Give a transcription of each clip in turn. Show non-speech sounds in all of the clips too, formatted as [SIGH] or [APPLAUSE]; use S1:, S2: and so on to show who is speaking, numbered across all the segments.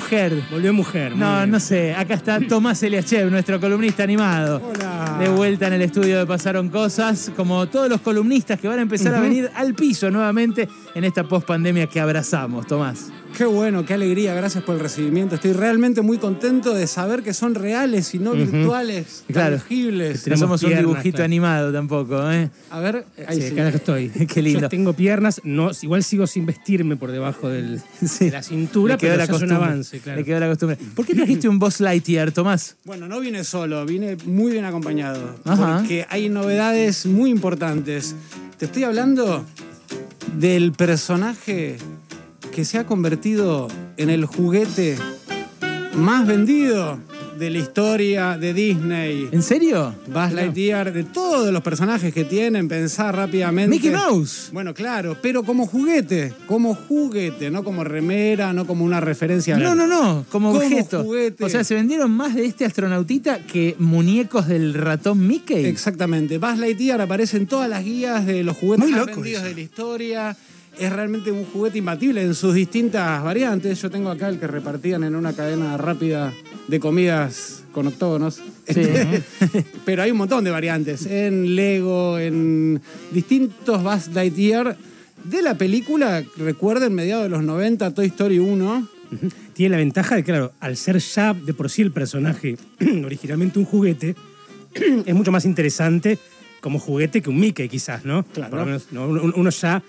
S1: Mujer.
S2: Volvió mujer. muy
S1: No,
S2: bien.
S1: no sé. Acá está Tomás Eliachev, nuestro columnista animado.
S2: Hola.
S1: De vuelta en el estudio de Pasaron Cosas, como todos los columnistas que van a empezar a
S2: Ujú.
S1: venir al piso nuevamente en esta pospandemia que abrazamos, Tomás.
S2: Qué bueno, qué alegría. Gracias por el recibimiento. Estoy realmente muy contento de saber que son reales y no virtuales,
S1: Claro.
S2: tangibles.
S1: No
S3: Tenemos
S1: somos un
S3: piernas,
S1: dibujito
S3: claro.
S1: animado tampoco, ¿eh?
S2: A ver, ahí
S3: Sí,
S2: sí.
S3: acá [LAUGHS] estoy.
S1: Qué lindo.
S3: Yo tengo piernas, no, igual sigo sin vestirme por debajo del-
S1: [LAUGHS] Sí.
S3: de la cintura,
S1: Le quedó
S3: pero
S1: la
S3: ya es un
S1: costumbre.
S3: avance, claro.
S1: Le quedó la costumbre. ¿Por qué trajiste un Boss Lightyear, Tomás?
S2: Bueno, no vine solo, vine muy bien acompañado.
S1: Ajá.
S2: Porque hay novedades muy importantes. Te estoy hablando del personaje que se ha convertido en el juguete más vendido de la historia de Disney.
S1: ¿En serio?
S2: Buzz Lightyear, de todos los personajes que tienen, pensar rápidamente.
S1: Mickey Mouse.
S2: Bueno, claro, pero como juguete, como juguete, no como remera, no como una referencia.
S1: No, no, no, como,
S2: Como
S1: objeto.
S2: juguete.
S1: O sea, se vendieron más de este astronautita que muñecos del ratón Mickey.
S2: Exactamente. Buzz Lightyear aparece en todas las guías de los juguetes
S1: Muy
S2: más
S1: loco
S2: vendidos
S1: eso.
S2: de la historia. Es realmente un juguete imbatible en sus distintas variantes. Yo tengo acá el que repartían en una cadena rápida de comidas con octógonos. Este, [LAUGHS] Pero hay un montón de variantes. En Lego, en distintos Buzz Lightyear. De la película, recuerden, mediados de los 90, Toy Story 1.
S3: Tiene la ventaja de, claro, al ser ya de por sí el personaje [CLEARS THROAT] originalmente un juguete, [CLEARS THROAT] es mucho más interesante como juguete que un Mickey, quizás, ¿no?
S2: Claro.
S3: Por lo menos, ¿no? uno, uno ya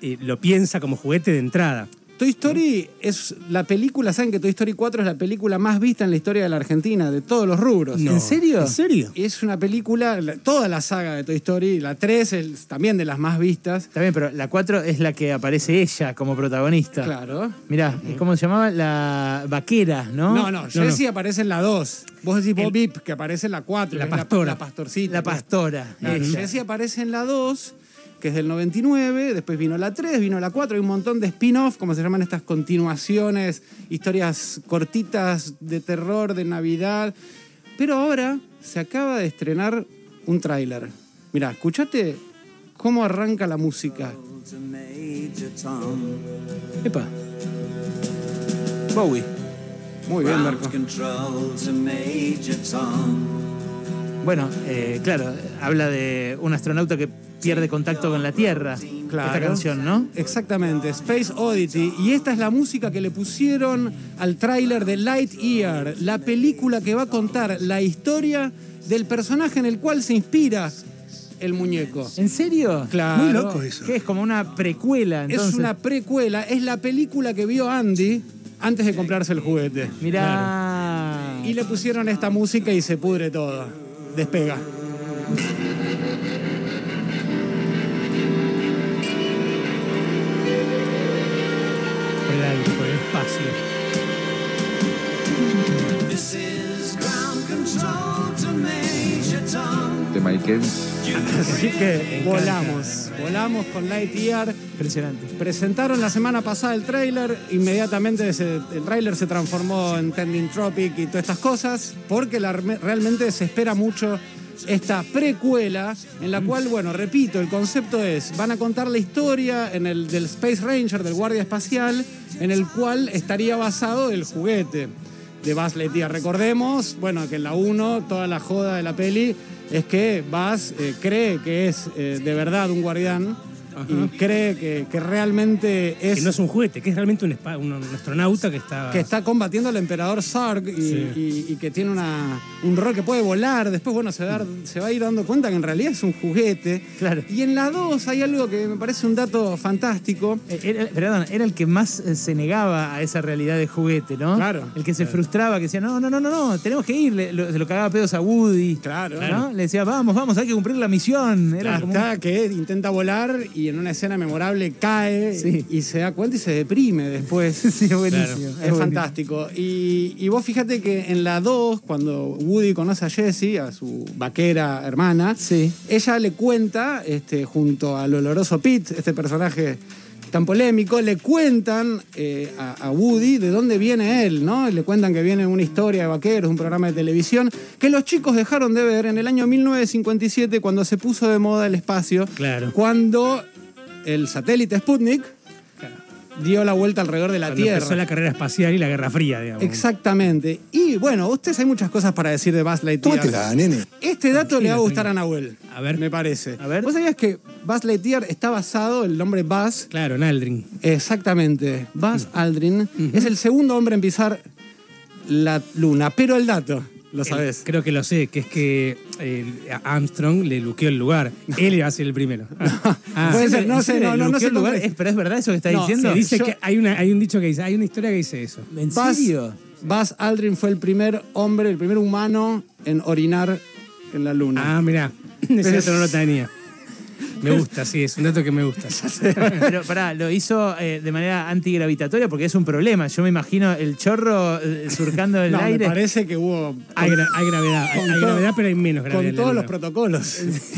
S3: eh, lo piensa como juguete de entrada.
S2: Toy Story es la película, ¿saben que Toy Story 4 es la película más vista en la historia de la Argentina, de todos los rubros?
S1: ¿En serio?
S3: ¿En serio?
S2: Es una película, la- toda la saga de Toy Story, la 3 es también de las más vistas.
S1: Está bien, pero la 4 es la que aparece ella como protagonista.
S2: Claro.
S1: Mirá, ¿cómo se llamaba? La vaquera, ¿no?
S2: No, no, Jessie aparece en la 2. Vos decís Bob Vip, que aparece en la 4.
S3: La
S2: que es
S3: pastora.
S2: La, pastorcita.
S1: La pastora.
S2: Claro,
S1: ella.
S2: Jessie aparece en la 2, que es del 99. Después vino la 3, vino la 4. Hay un montón de spin-off, como se llaman estas continuaciones, historias cortitas de terror, de Navidad. Pero ahora se acaba de estrenar un tráiler. Mirá, escuchate cómo arranca la música.
S1: Epa. Bowie.
S2: Muy bien, Marco.
S1: Bueno, eh, claro, habla de un astronauta que pierde contacto con la Tierra.
S2: Claro.
S1: Esta canción, ¿no?
S2: Exactamente, Space Oddity. Y esta es la música que le pusieron al tráiler de Lightyear, la película que va a contar la historia del personaje en el cual se inspira el muñeco.
S1: ¿En serio?
S2: Claro.
S4: Muy loco eso.
S1: Que es como una precuela, entonces.
S2: Es una precuela, es la película que vio Andy antes de comprarse el juguete.
S1: Mirá.
S2: Y le pusieron esta música y se pudre todo. Despega.
S3: Por el, aire, por el espacio.
S5: de Michael.
S2: Así que volamos, volamos con Lightyear.
S1: Impresionante.
S2: Presentaron la semana pasada el tráiler, inmediatamente se- el tráiler se transformó en Trending Tropic y todas estas cosas, porque la reme- realmente se espera mucho esta precuela, en la cual, bueno, repito, el concepto es, van a contar la historia en el, del Space Ranger, del Guardia Espacial, en el cual estaría basado el juguete de Buzz Lightyear. Recordemos, bueno, que en la 1 toda la joda de la peli es que Buzz eh, cree que es eh, de verdad un guardián y cree que, que realmente es,
S3: Que no es un juguete, que es realmente un, espa- un- un astronauta que está...
S2: que está combatiendo al emperador Sarg y,
S3: Sí.
S2: y- y que tiene una, un rol que puede volar. Después, bueno, se, dar- se va a ir dando cuenta que en realidad es un juguete.
S1: Claro.
S2: Y en la 2 hay algo que me parece un dato fantástico.
S1: Eh, era- perdón, era el que más eh, se negaba a esa realidad de juguete, ¿no?
S2: Claro.
S1: El que se frustraba, que decía, no, no, no, no, no, tenemos que ir. Le- lo- se lo cagaba a pedos a Woody.
S2: Claro.
S1: ¿no?
S2: Claro.
S1: Le decía, vamos, vamos, hay que cumplir la misión. Era como un-
S2: Hasta que intenta volar y en una escena memorable cae
S1: Sí.
S2: y se da cuenta y se deprime después.
S1: [LAUGHS] Sí, es buenísimo.
S2: Es,
S1: buenísimo.
S2: fantástico. Y, y vos fíjate que en la 2, cuando Woody conoce a Jessie, a su vaquera hermana,
S1: Sí.
S2: ella le cuenta, este, junto al oloroso Pete, este personaje tan polémico, le cuentan eh, a, a Woody de dónde viene él, ¿no? Y Le cuentan que viene una historia de vaqueros, un programa de televisión, que los chicos dejaron de ver en el año 1957, cuando se puso de moda el espacio,
S3: Claro.
S2: cuando el satélite Sputnik dio la vuelta alrededor de la
S3: Cuando
S2: Tierra.
S3: empezó la carrera espacial y la Guerra Fría, digamos.
S2: Exactamente. Y bueno, ustedes hay muchas cosas para decir de Buzz Lightyear.
S4: Tómatela, nene.
S2: Este dato le va a
S3: Tranquilo,
S2: gustar a
S3: tranquilo.
S2: Nahuel.
S3: A ver.
S2: Me parece.
S1: A ver.
S2: ¿Vos sabías que Buzz Lightyear está basado, el nombre Buzz,
S3: Claro, en Aldrin.
S2: exactamente, Buzz Aldrin, es el segundo hombre en pisar la luna? Pero el dato, lo
S3: Eh,
S2: sabés.
S3: creo que lo sé, que es que eh, a Armstrong le luqueó el
S2: [LAUGHS]
S3: lugar. Él iba a ser el primero. Ah.
S2: Puede
S1: ¿En
S2: ser,
S1: serio?
S2: no
S1: ¿En
S2: sé,
S1: serio?
S2: no, no, no
S1: ¿Luqueó
S2: sé
S1: el lugar?
S2: cómo-
S1: Es- ¿Pero es verdad eso que está
S2: No,
S1: diciendo?
S3: Se dice
S2: yo-
S3: que hay, una, hay un dicho que dice, hay una historia que dice eso.
S1: ¿En
S2: Buzz-
S1: serio?
S2: Buzz Aldrin fue el primer hombre, el primer humano en orinar en la luna.
S3: Ah, mirá, [LAUGHS] ese
S2: Pero-
S3: dato no lo tenía. Me gusta, sí, es un dato que me gusta.
S1: [LAUGHS] Pero pará, lo hizo eh, de manera antigravitatoria porque es un problema. Yo me imagino el chorro eh, surcando el
S2: no, me
S1: aire. [LAUGHS]
S2: parece que hubo...
S3: Hay, gra- hay gravedad, hay,
S2: Con
S3: hay
S2: todo-
S3: gravedad, pero hay menos gravedad.
S2: Con
S3: en la
S2: todos los
S3: luna.
S2: protocolos.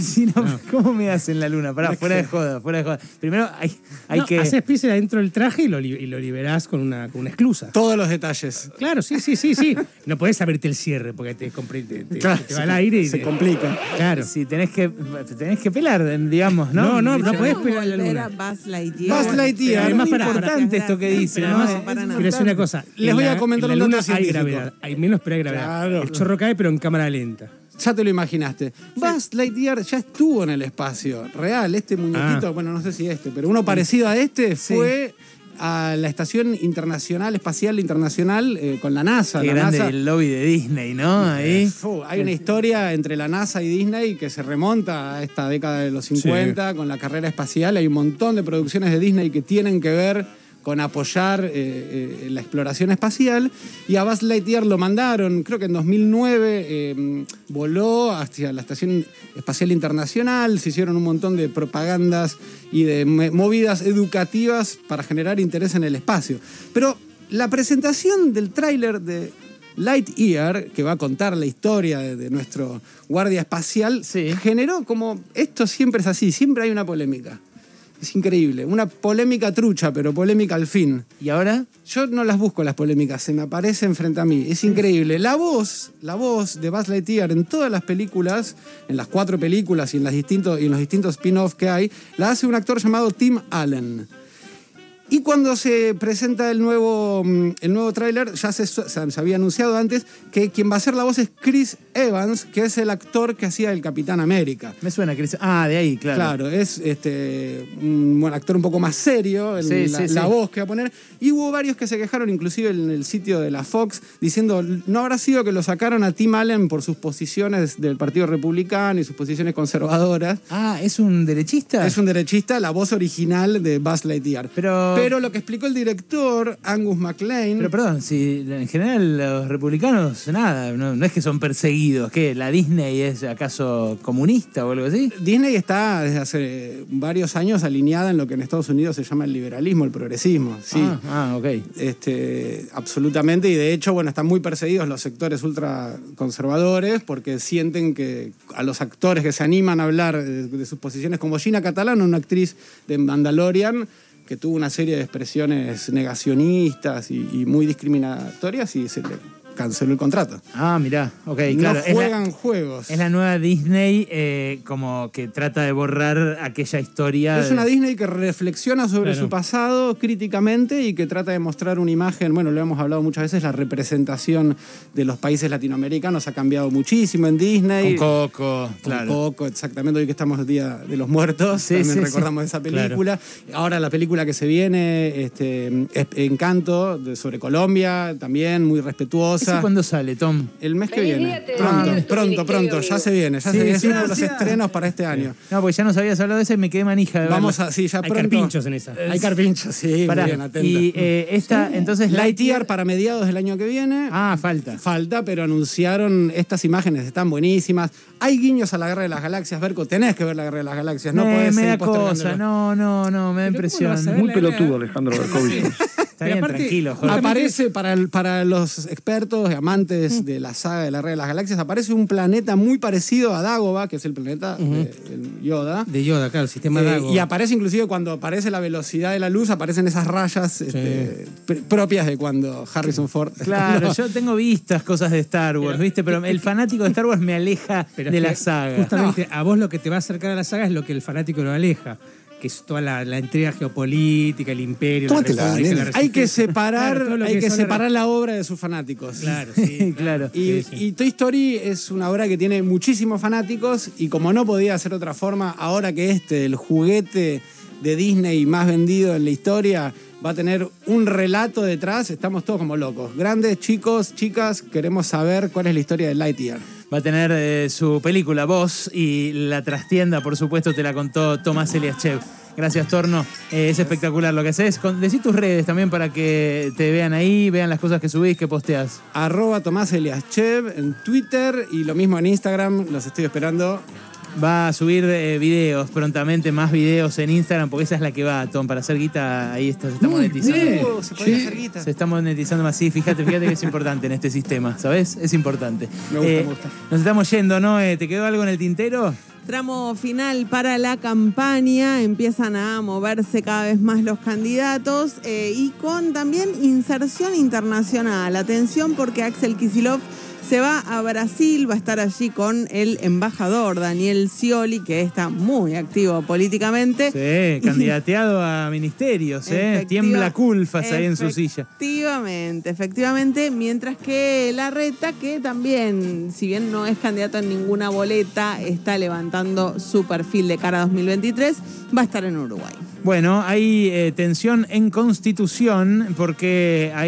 S1: Sí, no, ¿Cómo me hacen la luna? Pará, fuera de joda, fuera de joda. Primero hay, hay
S3: No,
S1: que.
S3: Haces pise adentro del traje y lo, li- y lo liberás con una, con una esclusa.
S2: Todos los detalles.
S3: Claro, sí, sí, sí, sí. No podés abrirte el cierre porque te, compre- te, te-
S2: Claro,
S3: te va al aire y
S2: se
S3: te-
S2: complica.
S3: Claro.
S1: Sí, tenés que, tenés que pelar, digamos, ¿no?
S3: No, no, no
S1: Dicho-
S3: podés
S5: ¿Cómo
S3: pelar la
S5: volver
S3: luna.
S5: a Buzz Lightyear.
S2: Buzz Lightyear.
S1: Pero
S3: además,
S1: es muy
S3: para- para-
S1: importante esto que dice,
S5: Pero
S1: ¿no?
S5: además,
S1: Es
S5: para nada.
S3: Quiero decir una cosa.
S2: Les
S3: en
S2: voy a
S3: la-
S2: comentar
S3: en
S2: un
S3: la luna
S2: dato
S3: hay
S2: científico.
S3: gravedad, hay menos pero hay gravedad.
S2: Claro.
S3: El chorro cae pero en cámara lenta.
S2: Ya te lo imaginaste. Buzz Lightyear ya estuvo en el espacio real. Este muñequito,
S3: Ah.
S2: bueno, no sé si este, pero uno parecido a este fue a la Estación Internacional Espacial Internacional eh, con la NASA.
S1: Qué
S2: la
S1: grande
S2: NASA.
S1: el lobby de Disney, ¿no? Ahí.
S2: Fu, hay una historia entre la NASA y Disney que se remonta a esta década de los 50 con la carrera espacial. Hay un montón de producciones de Disney que tienen que ver con apoyar eh, eh, la exploración espacial. Y a Buzz Lightyear lo mandaron, creo que en 2009 eh, voló hacia la Estación Espacial Internacional. Se hicieron un montón de propagandas y de me- movidas educativas para generar interés en el espacio. Pero la presentación del tráiler de Lightyear, que va a contar la historia de, de nuestro guardia espacial,
S1: Sí.
S2: generó como, esto siempre es así, siempre hay una polémica. Es increíble, una polémica trucha, pero polémica al fin.
S1: ¿Y ahora?
S2: Yo no las busco las polémicas, se me aparecen frente a mí. Es increíble. La voz, la voz de Buzz Lightyear en todas las películas, en las cuatro películas y en, las distintos, y en los distintos spin-offs que hay, la hace un actor llamado Tim Allen. Y cuando se presenta el nuevo, mm, el nuevo tráiler, ya se, su- se había anunciado antes que quien va a hacer la voz es Chris Evans, que es el actor que hacía el Capitán América.
S1: Me suena, Cris. Ah, de ahí, claro.
S2: Claro, es este, un buen actor un poco más serio, el-
S1: Sí,
S2: la,
S1: sí, sí.
S2: la voz que va a poner. Y hubo varios que se quejaron, inclusive en el sitio de la Fox, diciendo, no habrá sido que lo sacaron a Tim Allen por sus posiciones del Partido Republicano y sus posiciones conservadoras.
S1: Ah, ¿es un derechista?
S2: Es un derechista, la voz original de Buzz Lightyear.
S1: Pero-
S2: lo que explicó el director, Angus MacLean...
S1: Pero perdón, si en general los republicanos, nada, no, no es que son perseguidos, que la Disney es acaso comunista o algo así.
S2: Disney está desde hace varios años alineada en lo que en Estados Unidos se llama el liberalismo, el progresismo. Sí.
S1: Ah, ah, ok.
S2: Este, absolutamente, y de hecho, bueno, están muy perseguidos los sectores ultraconservadores porque sienten que a los actores que se animan a hablar de, de sus posiciones, como Gina Catalano, una actriz de Mandalorian, que tuvo una serie de expresiones negacionistas y, y muy discriminatorias y se le canceló el contrato.
S1: Ah, mirá, ok, claro.
S2: no
S1: es la-
S2: juegan juegos.
S1: Es la nueva Disney eh, como que trata de borrar aquella historia.
S2: Es
S1: de-
S2: una Disney que reflexiona sobre
S3: Claro.
S2: su pasado críticamente y que trata de mostrar una imagen, bueno, lo hemos hablado muchas veces, la representación de los países latinoamericanos ha cambiado muchísimo en Disney.
S1: Con Coco,
S2: Con
S1: claro.
S2: Coco, exactamente, hoy que estamos el Día de los Muertos,
S1: Sí,
S2: también
S1: sí, sí.
S2: recordamos esa película. Ahora la película que se viene, este, es- Encanto, de- sobre Colombia, también muy
S1: ¿Eso
S2: respetuosa.
S1: cuándo sale, Tom?
S2: El mes que
S6: Feliz
S2: viene.
S6: día, te
S2: Pronto,
S6: deseo,
S2: pronto,
S6: querido
S2: pronto, ya
S6: amigo.
S2: se viene, ya
S1: Sí,
S2: se viene, es uno de los
S1: gracias.
S2: estrenos para este año.
S1: No, porque ya nos habías hablado de esa y me quedé manija. De
S2: Vamos a, sí, ya
S3: Hay
S2: pronto.
S3: carpinchos en esa.
S2: Hay carpinchos, sí,
S1: verla. Pará,
S2: muy bien, atento.
S1: Y eh, esta, entonces,
S2: Lightyear para mediados del año que viene.
S1: Ah, falta.
S2: Falta, pero anunciaron estas imágenes, están buenísimas. Hay guiños a la Guerra de las Galaxias, Berco, tenés que ver la Guerra de las Galaxias, no
S1: me,
S2: podés
S1: Eh, me
S2: seguir
S1: da cosa,
S2: postergándolo.
S1: no, no, no, me da
S3: Pero ¿cómo
S1: impresión.
S3: no vas a ver
S7: Muy
S3: la-
S7: pelotudo, Alejandro Berkovich.
S1: Está bien,
S3: Pero aparte-
S1: tranquilo,
S2: Ah,
S1: Jorge.
S3: Justamente-
S2: Aparece para, el- para los expertos y
S1: Mm.
S2: amantes de la saga de la Guerra de las Galaxias, aparece un planeta muy parecido a Dagobah, que es el planeta de el Yoda.
S3: De Yoda, claro, el sistema
S2: Eh,
S3: Dago.
S2: y aparece inclusive cuando aparece la velocidad de la luz, aparecen esas rayas este, pr- propias de cuando Harrison Ford.
S1: Claro, yo tengo vistas cosas de Star Wars, ¿viste? Pero el fanático de Star Wars me aleja
S3: Pero
S1: de
S3: es
S1: la
S3: que
S1: saga.
S3: Justamente a vos lo que te va a acercar a la saga es lo que el fanático lo aleja. que es toda la, la intriga geopolítica, el imperio,
S4: Tómatela,
S3: la república, la
S4: nene.
S2: Hay que
S3: resistencia.
S2: separar,
S3: Claro, todo lo
S2: hay
S3: que
S2: que
S3: son las-
S2: separar la obra de sus fanáticos.
S3: Claro,
S1: [LAUGHS]
S3: sí.
S1: claro.
S2: Y,
S3: Sí, sí.
S2: y Toy Story es una obra que tiene muchísimos fanáticos y como no podía ser otra forma, ahora que este, el juguete de Disney más vendido en la historia, va a tener un relato detrás, estamos todos como locos. Grandes, chicos, chicas, queremos saber cuál es la historia de Lightyear.
S1: Va a tener eh, su película Voz y la trastienda, por supuesto, te la contó Tomás Eliaschev. Gracias, Torno. Eh, es espectacular lo que haces. Con, decí tus redes también para que te vean ahí, vean las cosas que subís, que posteas.
S2: Arroba Tomás Eliaschev en Twitter y lo mismo en Instagram, los estoy esperando.
S1: Va a subir eh, videos prontamente, más videos en Instagram, porque esa es la que va, Tom, para hacer guita. Ahí está, se está monetizando.
S2: Uh, se podía hacer guita.
S1: Se está monetizando más, sí, fíjate, fíjate que es importante en este sistema, ¿sabes? Es importante. Eh,
S2: Me gusta, me gusta.
S1: Nos estamos yendo, ¿no? Eh, ¿Te quedó algo en el tintero?
S5: Tramo final para la campaña, empiezan a moverse cada vez más los candidatos eh, y con también inserción internacional. Atención porque Axel Kisilov se va a Brasil, va a estar allí con el embajador Daniel Scioli, que está muy activo políticamente.
S1: Sí, candidateado a ministerios, ¿eh?
S5: Efectiva-
S1: Tiembla culfas ahí en su silla.
S5: Efectivamente, efectivamente. Mientras que la reta, que también, si bien no es candidato en ninguna boleta, está levantando su perfil de cara a 2023, va a estar en Uruguay.
S1: Bueno, hay eh, tensión en Constitución porque hay.